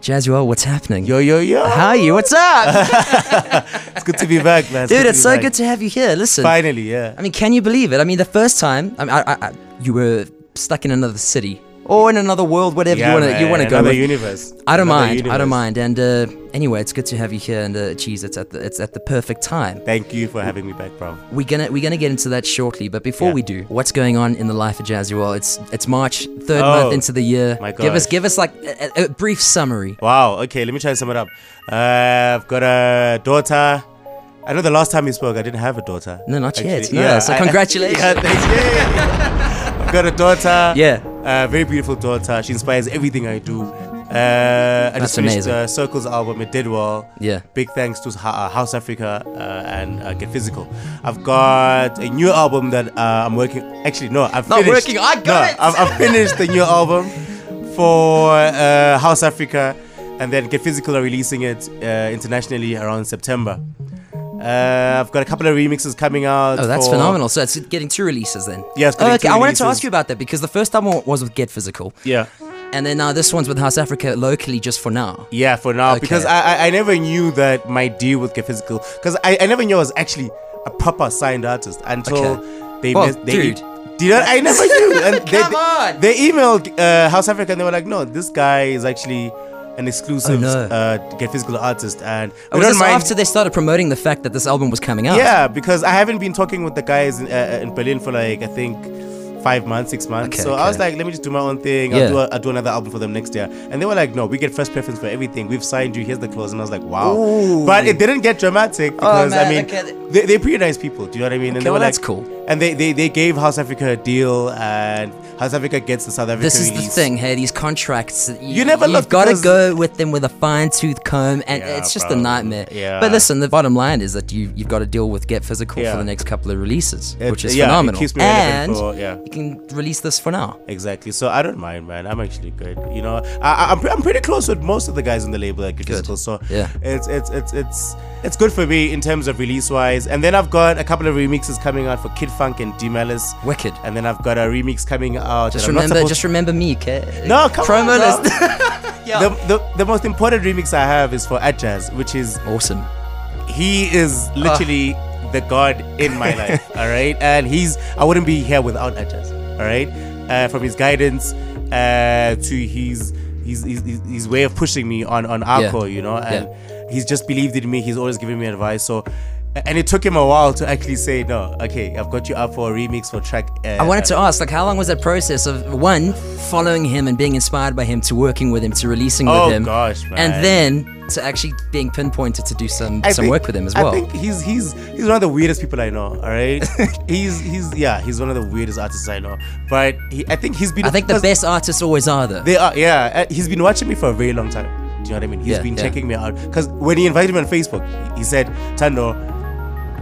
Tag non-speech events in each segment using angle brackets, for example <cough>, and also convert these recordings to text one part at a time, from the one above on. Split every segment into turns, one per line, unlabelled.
Jazuel, what's happening?
Yo, yo, yo.
Hi, you, what's
<laughs>
up?
It's good to be back, man.
Dude, it's so
back.
good to have you here. Listen,
Finally, yeah.
I mean, can you believe it? I mean, the first time, I mean, I, I, I, you were stuck in another city or in another world, whatever
yeah
you want to you
man,
want to go.
Another
with.
universe.
I don't
Another
mind. I
universe.
don't mind. And uh, anyway, it's good to have you here. And uh, geez, it's at the it's at the perfect time.
Thank you for having me back, bro.
We're gonna we're gonna get into that shortly. But before
Yeah.
we do, what's going on in the life of Jazuel? It's it's March, third
Oh,
month into the year.
my
give us
gosh.
give us like a, a- a brief summary.
Wow. Okay, let me try and sum it up. Uh, I've got a daughter. I know the last time you spoke, I didn't have a daughter.
No, not yet.
Actually,
No, so
I-
congratulations.
<laughs> yeah, thanks. Yay. <laughs> I've got a daughter.
Yeah.
A Uh, very beautiful daughter. She inspires everything I do. Uh, I
That's
just finished
amazing.
uh, Circles album. It did well.
Yeah.
Big thanks to Ha- uh, House Africa uh, and uh, Get Physical. I've got a new album that uh, I'm working. Actually, no, I've
Not
finished-
working, I got
No,
it.
I've, I've finished the new album for uh, House Africa, and then Get Physical are releasing it uh, internationally around September. Uh, I've got a couple of remixes coming out.
Oh, that's
for-
phenomenal. So it's getting two releases then.
Yeah, it's
Oh,
getting
okay,
two
I wanted to
releases.
ask you about that because the first album was with Get Physical,
Yeah.
and then now this one's with House Africa locally, just for now.
Yeah, for now,
Okay.
because I, I I never knew that my deal with Get Physical, because I, I never knew I was actually a proper signed artist until
Okay.
they
Well,
mess- they e
dude.
Did I, I never
<laughs>
knew. And they,
Come on.
They emailed uh, House Africa and they were like, no, this guy is actually an exclusive
Oh, no.
uh, Get Physical artist, and
Oh,
we
was
don't
this
mind.
after they started promoting the fact that this album was coming out?
Yeah, because I haven't been talking with the guys in, uh, in Berlin for like I think five months, six months.
Okay,
so I was
okay.
like, let me just do my own thing.
Yeah.
I'll, do a, I'll do another album for them next year. And they were like, no, we get first preference for everything. We've signed you. Here's the clause. And I was like, wow.
Ooh. Oh,
But it didn't get dramatic because
man,
I mean,
okay.
they, they're pretty nice people. Do you know what I mean? and
Okay,
they
well,
were
that's
like,
cool.
And they, they they gave House Africa a deal, and House Africa gets the South Africa
This is the
release.
thing, hey, these contracts. You,
never
You've
look
got to
because-
go with them with a fine tooth comb, and
Yeah,
it's just a
bro.
nightmare.
Yeah.
But listen, the bottom line is that you, you've got to deal with Get Physical
Yeah.
for the next couple of releases,
It-
which is
yeah, it
phenomenal.
keeps me relevant
and
for- yeah.
you can release this for now.
Exactly. So I don't mind, man. I'm actually good. You know, I, I, I'm, pre- I'm pretty close with most of the guys on the label at Good Physical. So
Yeah.
it's it's it's it's it's good for me in terms of release wise. And then I've got a couple of remixes coming out for Kid Funk and D Malice.
Wicked.
And then I've got a remix coming out.
Just
that I'm not
remember,
supposed-
just remember me, okay?
No, come on,
Promo
no.
list.
the, the the most important remix I have is for Adjaz, which is
awesome.
he is literally the god in
<laughs>
my life all right and he's i wouldn't be here without Ajaz, all right uh, from his guidance uh, to his his, his his- his way of pushing me on on Arco, you know and he's just believed in me he's always given me advice so and it took him a while to actually say no okay i've got you up for a remix for track uh,
I wanted to ask, like, how long was that process of one following him and being inspired by him to working with him to releasing
Oh,
with him,
gosh, man.
and then to actually being pinpointed to do some
I
some
think-
work with him as well.
I think he's he's he's one of the weirdest people I know. All right,
<laughs>
he's he's yeah he's one of the weirdest artists I know. But he, I think he's been
I think the
because-
best artists always are though.
They are, yeah. Uh, He's been watching me for a very long time. Do you know what I mean? He's
Yeah,
been
yeah.
checking me out. Because when he invited me on Facebook, he said, Tando,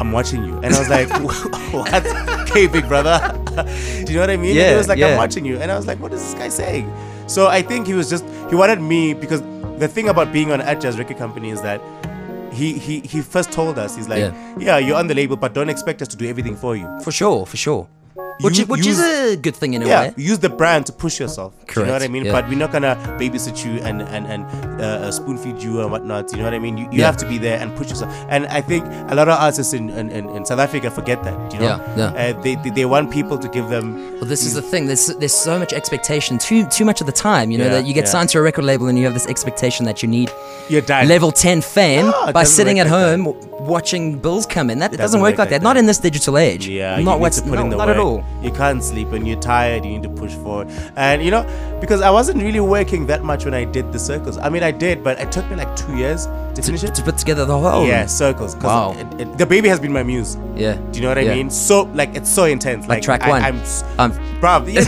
I'm watching you. And I was like, <laughs> what? Okay, big brother. <laughs> Do you know what I mean? and
Yeah,
he was like,
yeah.
I'm watching you. And I was like, what is this guy saying? So I think he was just, he wanted me, because the thing about being on at Jazz Record Company is that he, he, he first told us, he's like,
Yeah.
yeah. you're on the label, but don't expect us to do everything for you.
for sure, for sure. Which
You-
is, which is a good thing in a
Yeah,
way.
use the brand to push yourself. Do You know what I
Correct,
mean?
yeah.
But we're not gonna babysit you and and and uh, spoon feed you and whatnot. You know what I mean? You, you
Yeah.
have to be there and push yourself. And I think a lot of artists in in, in, in South Africa forget that. You know,
Yeah, yeah.
Uh, they, they they want people to give them.
Well, this is the thing. There's there's so much expectation. Too too much of the time, you know,
Yeah,
that you get
yeah.
signed to a record label and you have this expectation that you need
You're done.
level 10 fame
No, Ah, it
by
doesn't
sitting
work
at
like
home w- watching bills come in. That it doesn't, work like that. Not in this digital age.
Yeah, you
not
need
what's
to put
no,
in the
not
work.
at all.
You can't sleep when you're tired. You need to push forward. And you know, because I wasn't really working that much when I did the circles. I mean, I did, but it took me like two years to finish it.
to put together the whole.
Yeah, circles. 'cause
Wow.
it- it- the baby has been my muse.
Yeah.
Do you know what I
Yeah.
mean? So like it's so intense. Like,
track
I,
one.
I'm, s-
Um,
bruv,
<laughs>
the,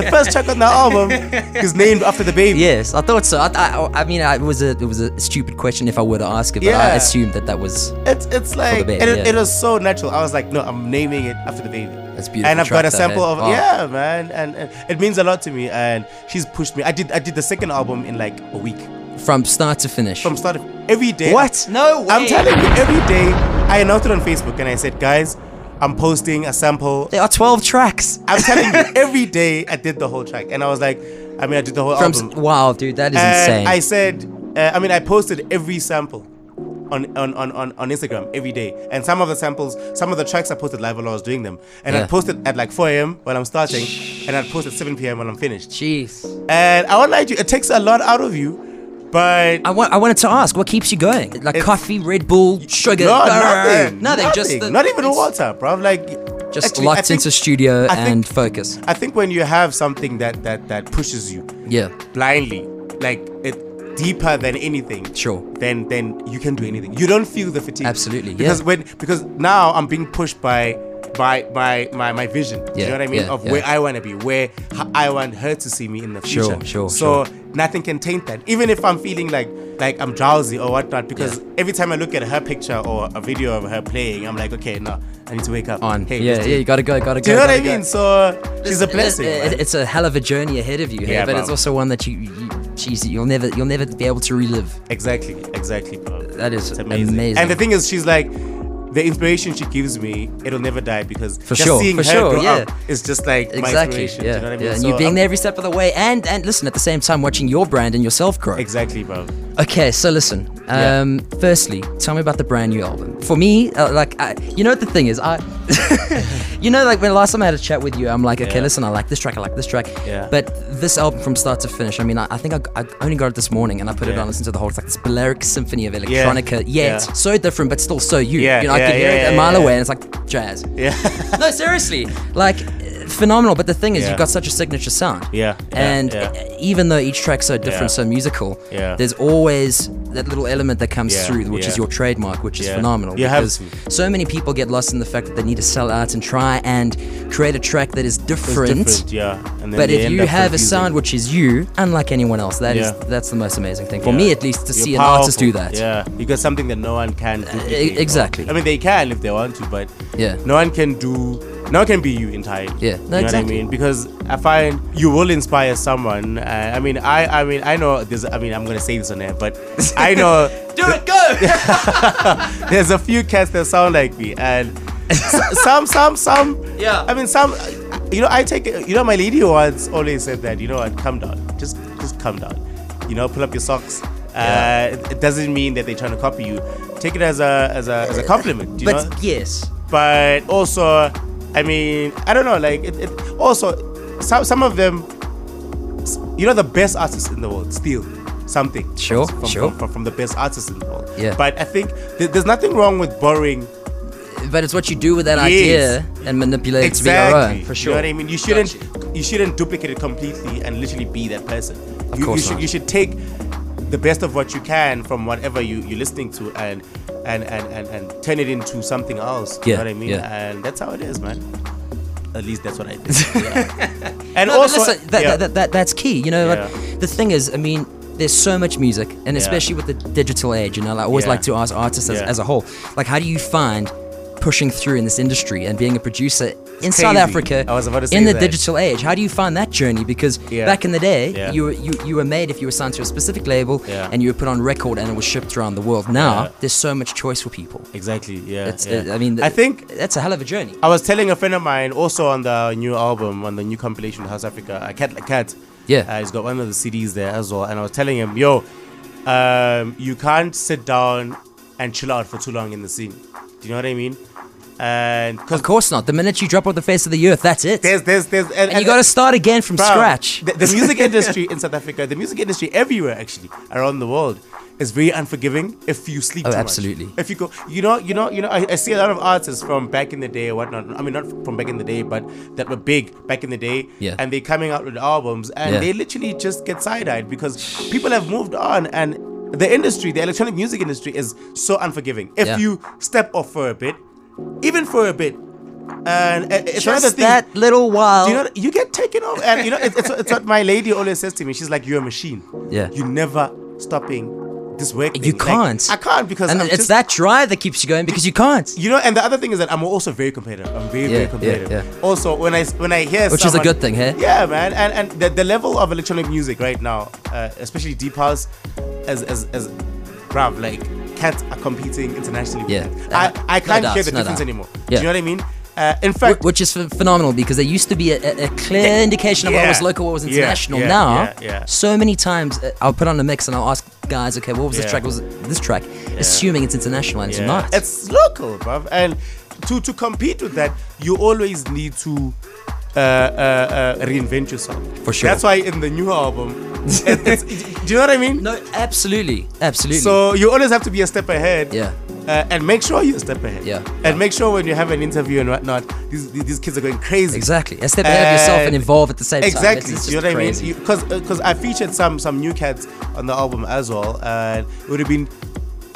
the first track on the album is named after the baby.
yes, I thought so. I, I, I mean, I, it was a it was a stupid question if I were to ask it, but I
Yeah.
assumed that that was.
It's it's like
baby,
and it,
yeah.
it was so natural. I was like, no, I'm naming it after the baby.
That's a beautiful
And I've
track
got a
though,
sample
hey? Oh.
of
Wow.
yeah, man, and, and it means a lot to me. And she's pushed me. I did I did the second album in like a week
From start to finish.
from start of, every day.
What? No
I'm
way.
telling you, every day I announced it on Facebook and I said, guys, I'm posting a sample
there are 12 tracks.
<laughs> I'm telling you, every day I did the whole track, and I was like, I mean, I did the whole
From, s-
album.
wow, dude, that is
and
insane.
I said, Uh, I mean, I posted every sample on, on, on, on, on Instagram every day. And some of the samples, some of the tracks I posted live while I was doing them. And
Yeah.
I posted at like 4 a.m. while I'm starting, and I posted 7 p.m. when I'm finished.
Jeez.
And I won't lie to you, it takes a lot out of you, but
I, want, I wanted to ask, what keeps you going? Like
It's-
coffee, Red Bull, sugar,
no,
brr,
nothing, nothing,
just the-
not even
it's
water, bruv. Like,
Just
actually, I
locked
think-
into studio
I think-
and focus.
I think when you have something that that that pushes you
Yeah.
blindly, like it deeper than anything.
Sure.
Then then you can do anything. You don't feel the fatigue.
Absolutely,
Because
yeah.
when because now I'm being pushed by by by my my vision. Do
Yeah,
you know what I mean?
yeah,
of
yeah.
where I want to be, where h- I want her to see me in the
Sure,
future.
sure,
So nothing can taint that. Even if I'm feeling like like I'm drowsy or whatnot, because every time I look at her picture or a video of her playing, I'm like, okay, no, I need to wake up.
On.
Hey,
yeah,
let's do
yeah,
it.
you gotta go, gotta go.
Do you know what
gotta
I
go.
mean? So she's a blessing.
It- it-
man.
it's a hell of a journey ahead of you here,
Yeah,
but
bro.
it's also one that you, you, jeez, you'll never, you'll never be able to relive.
Exactly, exactly, bro.
That is
It's amazing.
amazing.
And the thing is, she's like, the inspiration she gives me, it'll never die because
For
just
sure,
seeing
for
her
sure,
grow
yeah.
up is just like my
Exactly.
inspiration.
yeah.
Do you know what I mean?
yeah. And
So
you being
I'm-
there every step of the way, and and listen at the same time watching your brand and yourself grow.
Exactly,
<laughs>
bro.
Okay, so listen.
Yeah.
Um, Firstly, tell me about the brand new album. For me, uh, like, I, you know what the thing is, I, <laughs> you know, like when last time I had a chat with you, I'm like, okay,
Yeah.
listen, I like this track, I like this track.
Yeah.
But this album from start to finish, I mean, I, I think I, I only got it this morning, and I put it
Yeah.
on, listened to the whole. It's like this Balearic symphony of electronica. Yeah,
Yeah.
it's so different, but still so you.
Yeah,
You know, I
yeah,
could hear
yeah,
it a
yeah,
mile
yeah.
away, and it's like jazz.
Yeah.
no, seriously, like. uh, Phenomenal, but the thing is,
Yeah.
you've got such a signature sound.
Yeah, yeah,
and
yeah.
uh, even though each track's so different,
Yeah.
so musical,
Yeah.
there's always that little element that comes
Yeah,
through, which
yeah.
is your trademark, which is
Yeah.
phenomenal.
You have
because
to.
so many people get lost in the fact that they need to sell out and try and create a track that is different.
Different, yeah. And then
But
they
if
end
you
up
have a
confusing.
sound which is you, unlike anyone else, that is
Yeah.
that's the most amazing thing for
Yeah.
me, at least, to
You're
see an
powerful.
artist do that. Uh,
Yeah, you got something that no one can. duplicate, bro.
exactly.
I mean, they can if they want to, but
Yeah.
no one can do. No one can be you entirely.
Yeah,
you
no,
know
exactly.
what I mean. Because I find you will inspire someone. Uh, I mean, I, I mean, I know there's. I mean, I'm gonna say this on air,
<laughs>
but I know
Do it,
<laughs>
go!
there's a few cats that sound like me, and s- some, some, some.
Yeah.
I mean, some. You know, I take. You know, my lady once always said that. You know what? Come down. Just, just come down. You know, pull up your socks.
Yeah.
Uh, it- it doesn't mean that they're trying to copy you. Take it as a as a as a compliment. You
but
know.
yes.
But also, I mean, I don't know. Like, it, it also some some of them. s- You know, the best artists in the world steal something. from-
Sure,
from,
sure.
From, from, from the best artists in the world.
Yeah.
But I think th- there's nothing wrong with borrowing
But it's what you do with that
Yes.
idea and manipulate it to be your own, for sure.
You know what I mean? You shouldn't
Got
you shouldn't duplicate it completely and literally be that person. Of you,
course
you should
not.
you should take the best of what you can from whatever you, you're listening to and and, and, and and turn it into something else. You
Yeah,
know what I mean?
yeah.
And that's how it is, man. At least that's what I
<laughs>
did. Yeah. And
No, but
also
listen, that,
yeah.
that, that, that- that's key. You know, like,
Yeah.
the thing is, I mean, there's so much music, and
Yeah.
especially with the digital age, you know, like, I always
Yeah.
like to ask artists as,
Yeah.
as a whole, like, how do you find pushing through in this industry and being a producer in South
crazy.
Africa
I was about to say
in the
that.
digital age? How do you find that journey? Because
Yeah.
back in the day,
Yeah.
you, were, you you were made if you were signed to a specific label
Yeah.
and you were put on record and it was shipped around the world. Now,
Yeah.
there's so much choice for people.
Exactly. Yeah.
It's,
yeah.
I mean,
I think
that's a hell of a journey.
I was telling a friend of mine also on the new album, on the new compilation, House Africa, uh, Cat Like Cat.
Yeah.
Uh, he's got one of the CDs there as well. And I was telling him, yo, um, you can't sit down and chill out for too long in the scene. Do you know what I mean? And because
Of course not. The minute you drop off the face of the earth, that's it.
there's, there's, there's, and,
and you got to start again from
Bruh,
scratch.
The, the
<laughs>
music industry in South Africa, the music industry everywhere actually around the world is very unforgiving if you sleep
Oh,
too much.
absolutely.
If you go, you know, you know, you know, I, I see a lot of artists from back in the day or whatnot. I mean, not from back in the day, but that were big back in the day.
Yeah.
And they're coming out with albums, and
Yeah.
they literally just get side-eyed because people have moved on and. The industry, the electronic music industry, is so unforgiving. If
Yeah.
you step off for a bit, even for a bit, and uh, it's another
Just
thing.
that little while.
Do you know, you get taken off, and you know it's, it's, it's what my lady always says to me. She's like, "You're a machine.
Yeah.
you never stopping this work.
You
thing." Like,
can't.
I can't because
and
I'm
it's
just,
that drive that keeps you going because you can't.
You know, and the other thing is that I'm also very competitive. I'm very,
Yeah,
very
yeah,
competitive.
yeah.
Also, when I when I hear
Which is a
someone-
good thing, hey?
Yeah, man. And and the, the level of electronic music right now, uh, especially deep house, as as as, bruv, like cats are competing internationally. with
Yeah.
that.
Uh,
I I
no
can't
doubt,
hear the
no
difference
doubt.
anymore.
Yeah.
Do you know what I mean? Uh, in
Wh-
fact,
Which is ph- phenomenal because there used to be a, a, a clear indication of what
Yeah.
was local, what was
Yeah,
international.
yeah,
now,
yeah, yeah.
so many times uh, I'll put on a mix and I'll ask guys. Okay, what was
Yeah.
this track? What was it- this track? Assuming it's international and it's
Yeah.
not.
It's local, bruv. And to, to compete with that, you always need to uh, uh, uh, reinvent yourself.
For sure.
That's why in the new album,
<laughs>
it- it's, do you know what I mean?
no, absolutely, absolutely.
So you always have to be a step ahead.
Yeah.
Uh, and make sure you're a step ahead.
Yeah.
And make sure when you have an interview and whatnot, these, these kids are going crazy.
exactly, a step ahead of yourself and
And-
evolve at the same time.
Exactly.
It's- it's
you know
just
what
crazy.
I mean? Because because I featured some some new cats on the album as well. And it would have been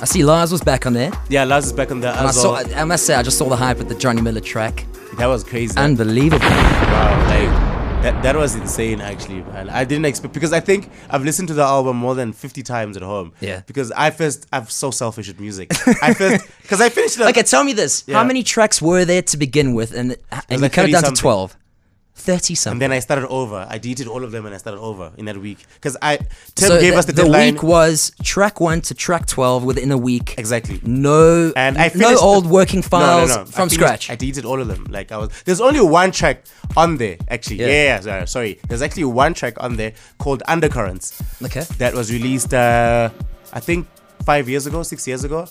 I see Lars was back on there, and
yeah, Lars is back on there
I
as
saw.
well.
I, I must say, I just saw the hype with the Johnny Miller track.
that was crazy.
Unbelievable.
Wow, like that, that was insane actually, man. I didn't expect because I think I've listened to the album more than fifty times at home.
Yeah.
Because I first I'm so selfish with music. I
<laughs>
first because I finished the
Okay, tell me this:
Yeah.
How many tracks were there to begin with, and and
like
you cut it
30
down to
something.
twelve? Thirty
and
something.
then I started over. I deleted all of them and I started over in that week because I Tim
So
gave
the,
us the,
the
deadline
week was track one to track twelve within a week.
exactly.
No,
And I
no
finished
old working
No, no,
files
no. I
from
finished-
scratch.
I deleted all of them. Like I was there's only one track on there actually. Yeah,
Yeah.
yeah, sorry, sorry. There's actually one track on there called Undercurrents.
okay.
that was released uh, I think five years ago, six years ago.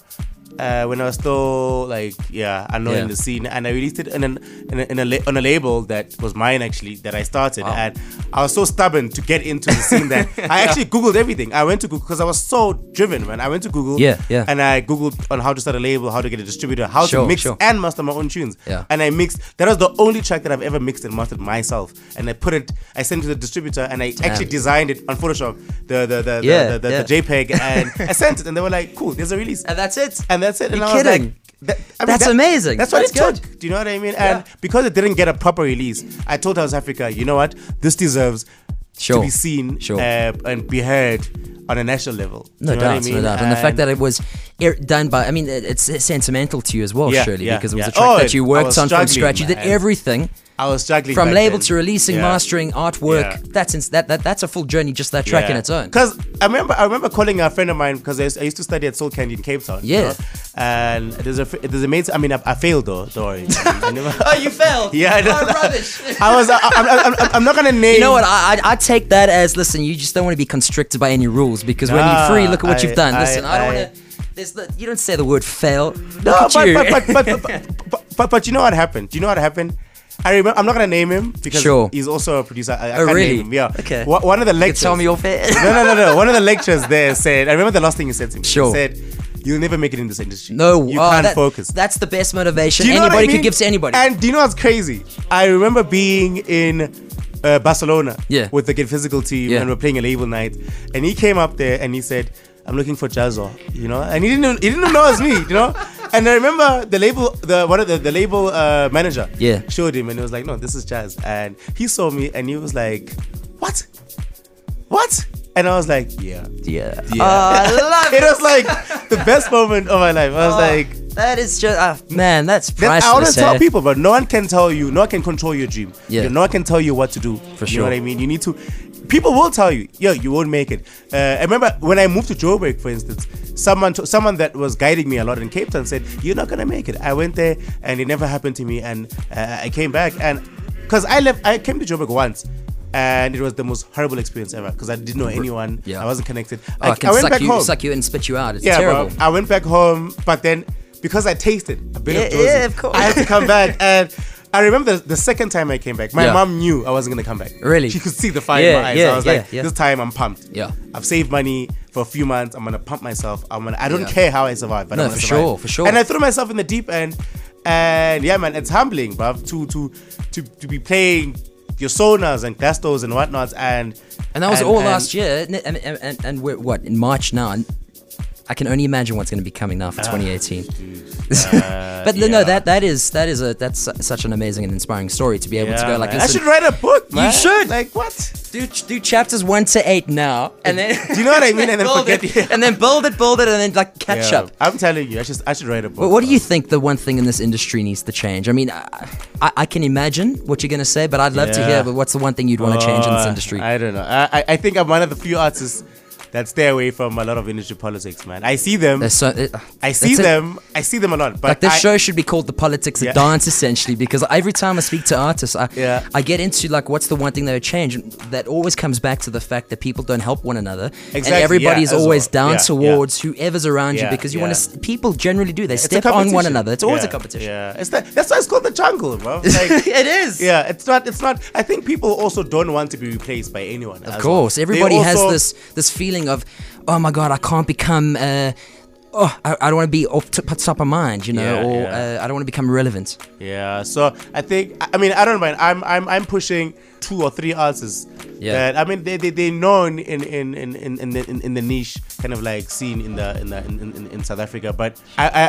Uh, when I was still like yeah, unknown
Yeah.
in the scene, and I released it in an in a, in a la- on a label that was mine actually that I started,
Wow.
and I was so stubborn to get into the
<laughs>
scene that I actually googled everything. I went to Google because I was so driven, man. I went to Google,
Yeah, yeah.
and I googled on how to start a label, how to get a distributor, how
Sure,
to mix
sure.
and master my own tunes.
Yeah.
And I mixed. That was the only track that I've ever mixed and mastered myself, and I put it. I sent it to the distributor, and I actually designed it on Photoshop. The the the
Yeah,
the, the,
yeah. <laughs>
the JPEG, and I sent it, and they were like, "Cool, there's a release,"
And
and,
that's it.
that's it. And
You're
I was
kidding.
like, that- I mean,
That's
that-
amazing.
That's what
That's
it took. Do you know what I mean? And
Yeah.
because it didn't get a proper release, I told South Africa, you know what, this deserves
Sure.
to be seen
Sure.
uh, and be heard on a national level. Do
No
you know
doubt,
what I mean?
no doubt. And, the fact that it was air- done by, I mean, it- it's, it's sentimental to you as well,
Yeah,
surely,
yeah,
because it was
yeah.
a track
Oh,
that you
I
worked
was
on from
struggling,
scratch. You did
man.
everything
I was struggling
from
back
label
then.
to releasing,
Yeah.
mastering, artwork.
Yeah.
That's ins- that, that that's a full journey, just that track in its own.
Because I remember, I remember calling a friend of mine because I, used- I used to study at Soul Candy in Cape Town. you
Yeah.
know? and there's a fr- there's a mate. I mean, I, I failed though.
<laughs>
Don't worry. I, never-
Oh, you failed.
<laughs> Yeah, I know.
Oh,
<laughs>
rubbish.
I was. I, I'm, I'm, I'm- I'm not gonna name.
You know what? I, I I take that as listen. You just don't want to be constricted by any rules because when you're
Nah,
free, look at what
I-
you've done.
I-
Listen, I, don't
I-
want to. There's the, you don't say the word fail. Look
No,
at
but,
you. <laughs>
but, but, but, but, but, but, but you know what happened? Do you know what happened? I remember. I'm not gonna name him because
Sure.
he's also a producer. I, I
Oh,
can't
really?
name him. Yeah.
Okay.
One one of the lectures.
Tell me off air.
<laughs> no, no, no, no. One of the lectures there said. I remember the last thing he said to me.
Sure.
He said, "You'll never make it in this industry.
<laughs> No,
you
oh,
can't
that-
focus."
That's the best motivation
Do you know what
anybody
I mean?
could give to anybody.
And do you know what's crazy? I remember being in uh, Barcelona
Yeah.
with the Get Physical team
Yeah.
and we're playing a label night. And he came up there and he said, I'm looking for Jazzo, you know? And he didn't even, he didn't even know it's me, you
<laughs>
know? And I remember the label, the one of the, the label uh, manager
Yeah.
showed him and he was like, no, this is Jazz. And he saw me and he was like, what? What? And I was like, yeah.
yeah. Uh,
Yeah. <laughs>
I love
It
it.
was like the best moment of my life. I
Oh.
was like,
that is just ah, man, that's
that-
priceless.
I always tell
eh?
people, but no one can tell you, no one can control your dream.
Yeah.
No one can tell you what to do.
For
You know
sure.
what I mean? You need to. People will tell you, yo, you won't make it. Uh, I remember when I moved to Joburg, for instance, someone to, someone that was guiding me a lot in Cape Town said, you're not gonna make it. I went there and it never happened to me, and uh, I came back and because I left, I came to Joburg once. And it was the most horrible experience ever because I didn't know anyone.
Yeah.
I wasn't connected.
Oh, I can
went
suck
back
you,
home.
suck you in, and spit you out. It's
Yeah,
terrible.
bro. I went back home, but then because I tasted a bit of
Yeah,
Josie,
yeah, of course.
I had to come back. And I remember the, the second time I came back, my
Yeah.
mom knew I wasn't gonna come back.
Really?
She could see the fire in
Yeah,
my eyes.
yeah,
I was
yeah,
like,
yeah.
this time I'm pumped.
Yeah.
I've saved money for a few months. I'm gonna pump myself. I'm gonna. I don't
Yeah.
care how I survive, but
No,
I'm gonna
for
survive.
sure, for sure.
And I threw myself in the deep end. And yeah, man, it's humbling, bruv, to to to to be playing your sonas and gastos and whatnot. And
and that was
and-
all
and-
last year. And, and, and, and- and we're what in March now. And I can only imagine what's going to be coming now for
Ah.
2018. <laughs> but no,
yeah.
no, that that is that is a that's su- such an amazing and inspiring story to be able to
Yeah,
go like
man. I
listen.
should write a book, man.
should.
Like what?
do do chapters one to eight now, and then
<laughs> Do you know what I mean?
<laughs>
And then
build
forget
it, and then build it, build it, and then like catch
Yeah,
up.
I'm telling you, I should I should write a book.
But what do
bro.
you think the one thing in this industry needs to change? I mean, I, I, I can imagine what you're going to say, but I'd love to
Yeah.
hear what's the one thing you'd want to change in this
Uh,
industry?
I don't know. I, I- I think I'm one of the few artists that stay away from a lot of industry politics, man. I see them.
There's so it-
I see
that's it.
them. I see them a lot. But
Like this
I-
show should be called "The Politics of
Yeah.
Dance," essentially, because every time I speak to artists, I
Yeah.
I get into like what's the one thing that would change. And That always comes back to the fact that people don't help one another, and
Exactly,
everybody
yeah,
is
as
always
well.
down
Yeah,
towards whoever's around you
Yeah,
because you
yeah.
want to. People generally do. They
it's a
step on one
competition.
another. It's always
Yeah,
a competition.
Yeah, it's that, that's why it's called the jungle,
<laughs>
bro. Like,
it is.
Yeah, it's not. It's not. I think people also don't want to be replaced by anyone.
Of course, everybody has this this feeling of, oh my god, I can't become. Uh, oh, I, I don't want to be off t- top of mind, you know,
Yeah,
or
yeah.
Uh, I don't want to become relevant.
Yeah, so I think I I mean I don't mind. I'm I'm I'm pushing two or three artists.
Yeah.
That I mean they they they known in in in in in the, in, in the niche kind of like scene in the in the in, in, in South Africa, but I I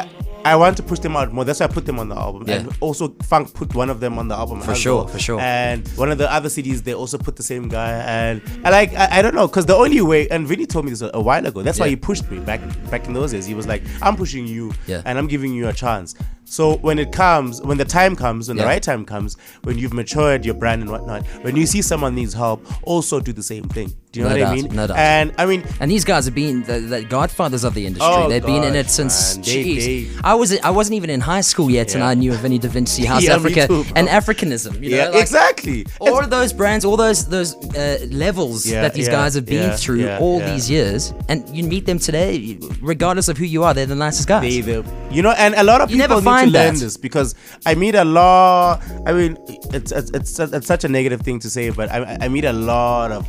I want to push them out more. That's why I put them on the album,
Yeah.
and also Funk put one of them on the album for
sure, for sure.
And one of the other CDs they also put the same guy, and I like I, I don't know because the only way and Vinny told me this a, a while ago. That's why
Yeah.
he pushed me back back in those days. He was like, I'm pushing you,
Yeah.
and I'm giving you a chance. So when it comes, when the time comes, when
Yeah.
the right time comes, when you've matured your brand and whatnot, when you see someone needs help, also do the same thing. Do you know
No
what I
doubt,
mean?
no doubt.
And I mean,
And these guys have been the, the godfathers of the industry.
Oh,
They've been in it
gosh,
since.
man. They-
jeez.
they-
I was I wasn't even in high school yet, and
Yeah.
I knew of any Da
<laughs>
Vinci, House
Yeah, me
Africa,
too, bro.
and Africanism. You know,
yeah,
like,
exactly.
All of those brands, all those those uh, levels
Yeah,
that these
yeah,
guys have been
yeah,
through
yeah,
all
yeah.
these years, and you meet them today, you- regardless of who you are, they're the nicest guys.
They- they- you know, and a lot of
You never
people need to
find
learn
that.
this because I meet a lot. I mean, it's it's, it's it's such a negative thing to say, but I, I meet a lot of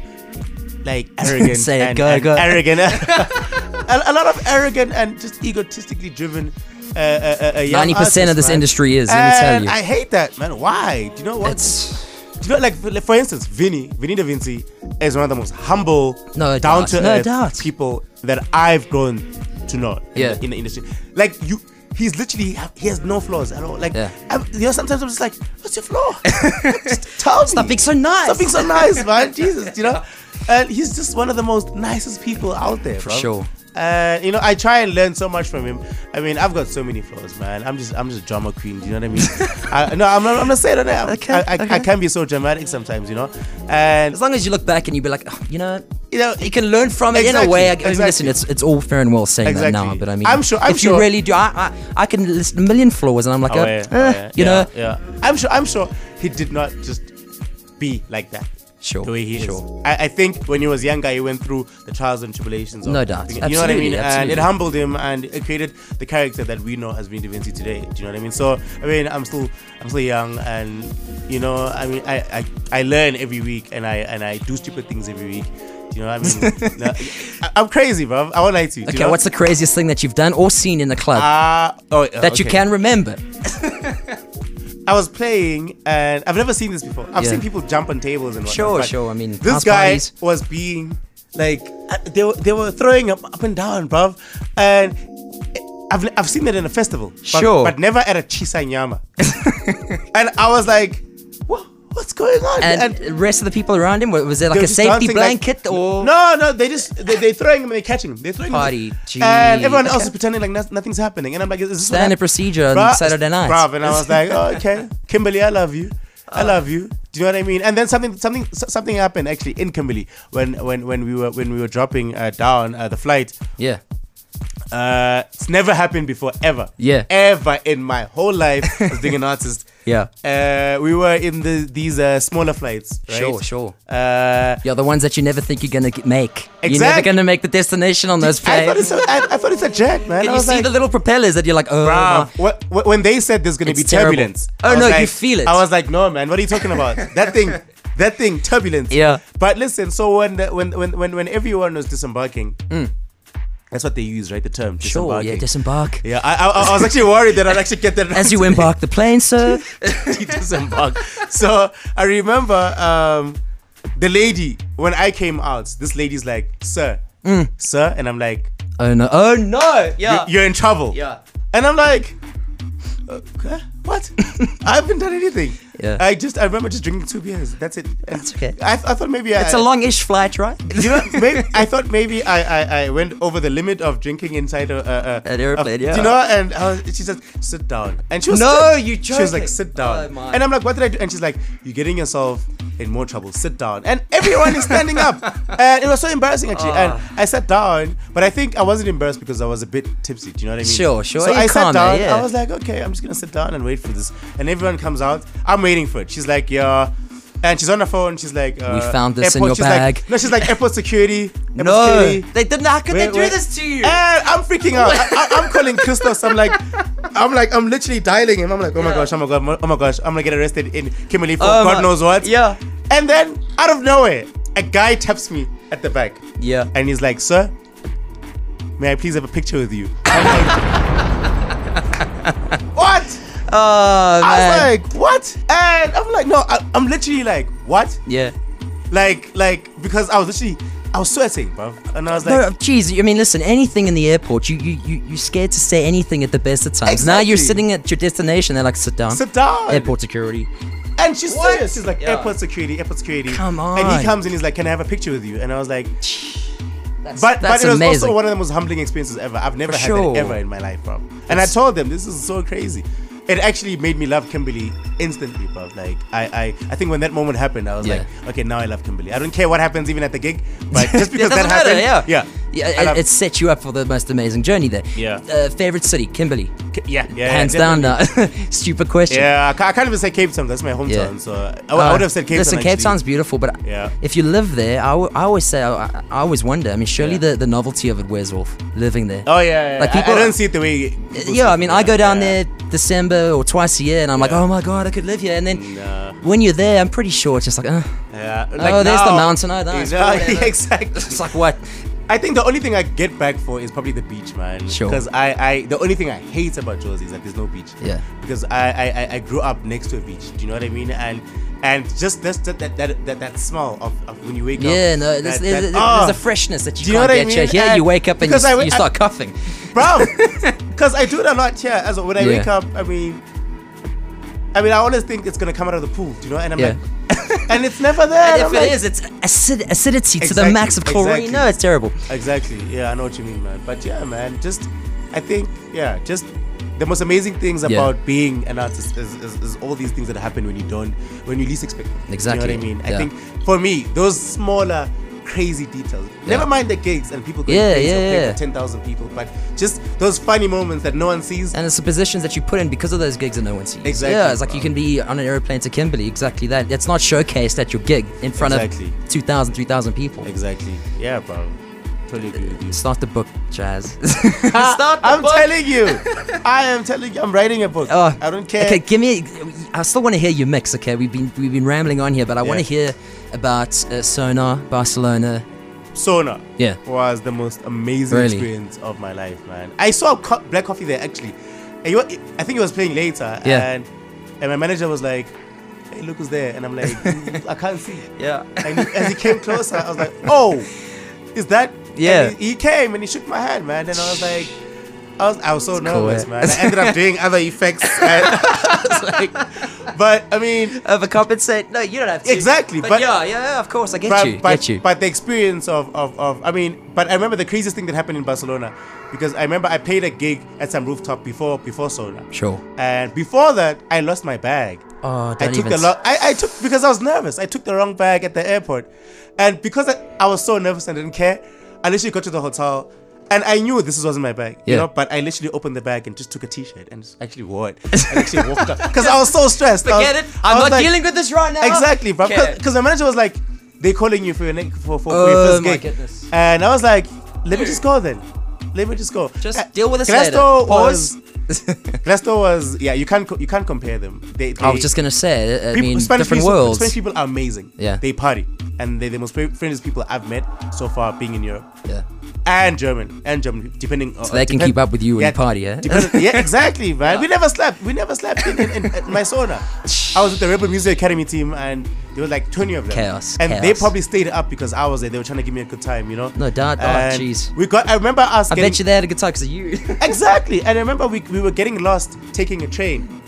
like arrogant
<laughs> Say it,
and,
go,
and
go.
arrogant, <laughs> a, a lot of arrogant and just egotistically driven. uh, Uh, uh, uh, young
90% of
artists,
this
man.
industry is, let me tell
And
you.
I hate that, man. Why? Do you know what?
It's
Do you know, like, for- like, for instance, Vinny, Vinny Da Vinci is one of the most humble,
No
down to
doubt, no
earth
doubt.
people that I've grown to know in,
Yeah.
the, in the industry. Like, you, he's literally, he has no flaws at all. Like,
Yeah.
I'm- you know, sometimes I'm just like, what's your flaw? <laughs> just tell me.
stop being so nice.
Stop being so nice,
<laughs>
man. Jesus, you know? And he's just one of the most nicest people out there, For
sure.
Uh, you know, I try and learn so much from him. I mean, I've got so many flaws, man. I'm just, I'm just a drama queen. Do you know what
<laughs>
I mean? I, no, I'm not, I'm not saying that. I, am.
Okay,
I, I,
okay.
I can be so dramatic sometimes, you know. And
as long as you look back and you be like, "Oh, you know,
you know,
you can learn from it in a
Exactly,
way. I, I mean, Listen,
exactly.
it's it's all fair and well saying
Exactly.
that now, but I mean,
I'm sure- I'm
if you
sure-
really do, I, I I can list a million flaws, and I'm like,
Oh,
uh,
yeah,
eh,
oh, yeah,
you
yeah,
know,
yeah. I'm sure. I'm sure he did not just be like that.
Sure,
The way he
sure.
is. I, I think when he was younger, he went through the trials and tribulations. Of
No doubt.
You know what I
Absolutely,
mean? And it
absolutely.
humbled him, and it created the character that we know as Vin Da Vinci today. Do you know what I mean? So I mean, I'm still, I'm still young, and you know, I mean, I, I, I learn every week, and I, and I do stupid things every week. Do you know what
<laughs>
I mean? No, I, I'm crazy, bro. I won't lie to you. Do
okay,
you know?
what's the craziest thing that you've done or seen in the club
uh, oh,
that you
okay.
can remember?
I was playing and I've never seen this before. I've
Yeah.
seen people jump on tables and whatnot,
Sure,
but
sure, I mean, house
this guy
parties.
was being like uh, they were they were throwing up up and down, bruv. And I've I've seen it in a festival, but,
Sure.
but never at a chisanyama. <laughs> and I was like, what, what's going on?
And the rest of the people around him, wa- was there
they
like
were
a
just
safety
dancing like-
blanket or
no no they just they, they're throwing him and they're catching him they're throwing
Party,
him
jeez.
and everyone else
<laughs> Okay.
is pretending like noth- nothing's happening and i'm like is this what
standard
happened?
procedure on
Bruh,
Saturday night? Uh.
Bruv, and I was
<laughs>
like, oh, okay, Kimberly, I love you, I love you. Do you know what I mean? And then something, something, so- something happened actually in Kimberly when when when we were when we were dropping uh, down uh, the flight.
yeah,
Uh, it's never happened before ever.
Yeah.
Ever in my whole
<laughs>
life as being an artist.
Yeah.
Uh, we were in the these uh, smaller flights. Right?
Sure, sure.
Uh,
you're the ones that you never think you're gonna get- make. You're never
Exact-
gonna make the destination on those
I thought
planes.
it's a, I, I thought it's a jet, man.
And
I
you
was
see
like,
the little propellers that you're like, oh, my-
Bruh, Ah, wh- wh- when they said there's gonna
It's
be
terrible.
turbulence,
Oh,
I was
no, you
like-
feel it.
I was like, no, man, what are you talking
<laughs>
about? that thing, that thing, turbulence.
Yeah.
But listen, so when the, when when when when everyone was disembarking, that's what they use, right? The term
Mm. sure,
disembarking.
yeah, disembark.
Yeah, I, I, I was actually worried that I'd actually get
<laughs>
that
As you
right.
embark the plane,
<laughs>
sir.
You disembark. So I remember um, the lady when I came out. This lady's like, "Sir,
Mm.
sir," and I'm like,
Oh no! Oh no! Yeah.
you're in trouble.
Yeah.
And I'm like, okay, uh,
<laughs>
What? I haven't done anything.
Yeah.
I just I remember just drinking two beers. That's it.
That's okay.
I, I thought maybe
It's
I,
a longish flight, right?
<laughs> you know,
<laughs>
maybe I thought maybe I, I, I went over the limit of drinking inside a, a, a
An airplane,
a-
yeah.
You know, and I was, she said, "Sit down," and she was
No,
sit-
you
She was like,
joking.
"Sit
Oh,
down,"
my.
and I'm like, "What did I do?" And she's like, "You're getting yourself in more trouble. Sit down." And everyone is
<laughs>
standing up, and it was so embarrassing actually.
Ah.
And I sat down, but I think I wasn't embarrassed because I was a bit tipsy. Do you know what I mean?
Sure, sure.
So
You
I sat
calm it,
down.
yeah.
I was like, "Okay, I'm just gonna sit down and wait for this." And everyone comes out. I'm waiting for it. She's like, "Yeah." And she's on her phone. She's like, uh,
found this in
airport-
your
she's like-
bag.
no, she's like airport security. Airport
No,
security.
they didn't. How could
Wait,
they do
wait. Eh,
this to you?
And I'm freaking out. I, I, am calling Christos. I'm like, I'm like, I'm literally dialing him. I'm like, oh my
Yeah.
gosh, oh my god, oh my gosh, I'm gonna get arrested in Kimberley for
Oh
God
my-
knows what.
Yeah.
And then out of nowhere, a guy taps me at the back,
Yeah.
and he's like, sir, may I please have a picture with you? I'm like, <laughs> what?
Oh man.
I was like, what? And I'm like, no, I, I'm literally like, what?
yeah.
Like, like, because I was literally, I was sweating, bro. And I was like,
No, jeez. I mean, listen. Anything in the airport, you you you you're scared to say anything at the best of times. Now you're
Exactly.
sitting at your destination. They're like, sit down.
sit down.
Airport security.
And she's
What?
serious. She's like,
Yeah.
airport security, airport security.
Come
And
on.
he comes and he's like, can I have a picture with you? And I was like,
That's, that's
but, but it was
amazing.
also one of the most humbling experiences ever. I've never had
Sure.
that ever in my life, bro. And I told them, this is so crazy. It actually made me love Kimberly instantly, bro. Like I, I, I think when that moment happened, I was
Yeah.
like, okay, now I love Kimberly. I don't care what happens even at the gig,
<laughs>
but just
it
because
doesn't
that
matter,
happened,
yeah.
yeah,
Yeah,
I
it,
love-
it set you up for the most amazing journey there.
Yeah.
Uh, favorite city, Kimberley.
yeah, yeah,
Hands
yeah,
down now. <laughs> Stupid question.
Yeah, I ca- I can't even say Cape Town. That's my hometown.
Yeah.
So I, I would have said Cape
Listen,
Town.
Cape
actually.
Town's beautiful, but
Yeah.
if you live there, I, w- I always say, I, I- I always wonder. I mean, surely
Yeah.
the, the novelty of it wears off, living there.
Oh yeah, yeah.
Like,
I-
people-
I, don't see it the way. people see
yeah, I
it,
mean, I go down
yeah.
there December or twice a year, and I'm like, oh my god, I could live here. And then
Nah.
when you're there, I'm pretty sure it's just like, uh, <laughs>
Yeah.
oh, there's the mountain. Oh, nice.
<laughs> You know,
Cool, whatever.
yeah, exactly.
it's like what?
I think the only thing I get back for is probably the beach, man.
Sure.
Because I, I, the only thing I hate about Jersey is that there's no beach.
Yeah.
Because I, I, I- I grew up next to a beach. Do you know what I mean? And, and just this, that, that, that, that, that smell of, of when you wake up.
Yeah, no, there's,
that-
there's,
that-
there's
oh.
a freshness that you
Do you know
can't
what I
get
mean?
here. Here, you
And-
wake up and you,
because I
s-
wa-
you start
<laughs>
coughing.
bro.
<laughs>
Because I do it a lot here as well. when I
Yeah.
wake up. I mean, I mean, I always think it's gonna come out of the pool, do you know, and I'm
Yeah.
like, <laughs> and it's never there.
And
I'm
if it
like-
is, it's acid- acidity to the
Exactly,
max of chlorine.
exactly.
No, it's terrible.
Exactly. Yeah, I know what you mean, man. But yeah, man, just I think yeah, just the most amazing things
Yeah.
about being an artist is, is, is all these things that happen when you don't when you least expect them.
Exactly.
You know what I mean?
Yeah.
I think for me, those smaller crazy details.
Yeah.
Never mind the gigs and people going
Yeah,
to gigs
yeah,
or playing
yeah.
for ten thousand people, but just those funny moments that no one sees.
And it's the positions that you put in because of those gigs that no one sees.
Exactly,
Yeah, it's like
bro.
you can be on an airplane to Kimberley, exactly that. It's not showcased at your gig in front
Exactly.
of 2,000, 3,000 people.
exactly. Yeah, bro. Totally agree with you.
Start the book, Jazz. <laughs> Start the
Ah, I'm
book.
telling you. <laughs> I am telling you. I'm writing a book.
Oh,
I don't care.
Okay, give me. I still want to hear your mix. Okay, we've been we've been rambling on here, but I want to
Yeah.
hear about uh, Sonar, Barcelona.
Sona.
Yeah.
was the most amazing
Really?
experience of my life, man. I saw co- Black Coffee there actually. And you- I think he was playing later,
Yeah.
and and my manager was like, "Hey, look who's there," and I'm like, <laughs> "Mm, "I can't see."
<laughs> Yeah.
And as he came closer, I was like, "Oh,
<laughs>
is that?"
Yeah.
And he, he came and he shook my hand, man, and I was like. I was, I was so
cool,
nervous,
eh?
man. I
<laughs>
ended up doing other effects. And I was like, but I mean,
Overcompensate? No, you don't have to.
Exactly,
But,
but-
yeah, yeah, yeah, of course, I get
but,
you.
but,
get you.
but the experience of, of, of I mean, but I remember the craziest thing that happened in Barcelona because I remember I played a gig at some rooftop before before Sona.
sure.
And before that, I lost my bag.
Oh, don't
I took
even
the lo- I, I took because I was nervous. I took the wrong bag at the airport, and because I, I was so nervous and didn't care, I literally got to the hotel, and I knew this wasn't my bag.
Yeah.
You know, but I literally opened the bag and just took a T-shirt and just actually wore it.
<laughs>
I actually walked up because I was so stressed. I was-
Forget it.
I
I'm
was
not
like-
dealing with this right now.
<laughs> Exactly, bro.
Okay.
Because my manager was like, they calling you for your next for, for, for
Oh
your first
my
gig,
goodness.
and I was like, let me just go then. Let me just go.
Just
Uh,
deal with this
Glassdoor
later. Pause.
was Glassdoor was yeah. You can't co- you can't compare them. They,
I
they-
was Oh, just gonna say. I
people-
mean,
Spanish
different
people,
worlds.
Spanish people are amazing.
Yeah.
they party and they're the most fri- friendliest people I've met so far being in Europe
yeah.
and German and German depending. uh, So
they can keep up with you when you party, yeah? <laughs>
yeah, exactly, man. We never slept. We never slept in, in, in, in my sauna. I was with the Rebel Music Academy team, and there were like twenty of them.
Chaos,
And they
chaos.
probably stayed up because I was there. They were trying to give me a good time, you know.
No doubt. Oh,
And
jeez.
We got. I remember us.
I <laughs>
getting,
bet you they had a good time because of you.
Exactly. And I remember we, we were getting lost taking a train.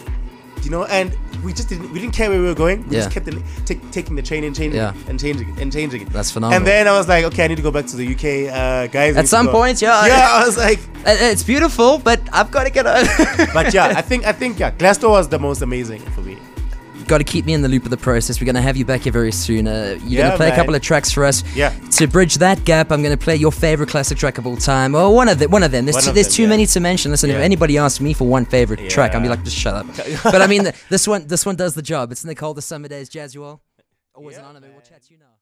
you know, and we just didn't we didn't care where we were going. We just
Yeah.
kept the, take, taking the train and changing
Yeah.
it and changing it and changing it.
That's phenomenal.
And then I was like, okay, I need to go back to the UK, uh, guys. I need to
some
go.
point, yeah.
Yeah, I was like,
It- It's beautiful, but I've got to get <laughs> over.
but yeah, I think I think yeah, Glasgow was the most amazing for me.
got to keep me in the loop of the process. We're going to have you back here very soon. Uh, you're going
Yeah,
to play
man.
a couple of tracks for us.
Yeah.
To bridge that gap, I'm going to play your favorite classic track of all time. Or one of the, one of them. There's
One
too,
of
there's
them,
too
yeah.
many to mention. Listen, if
Yeah.
anybody asks me for one favorite track, I'll be
Yeah.
like, just shut up.
<laughs>
but I mean, th- this one this one does the job. It's Nicole the Summer Days Jazzual. Always
Yeah,
an honor. man. We'll chat to you now.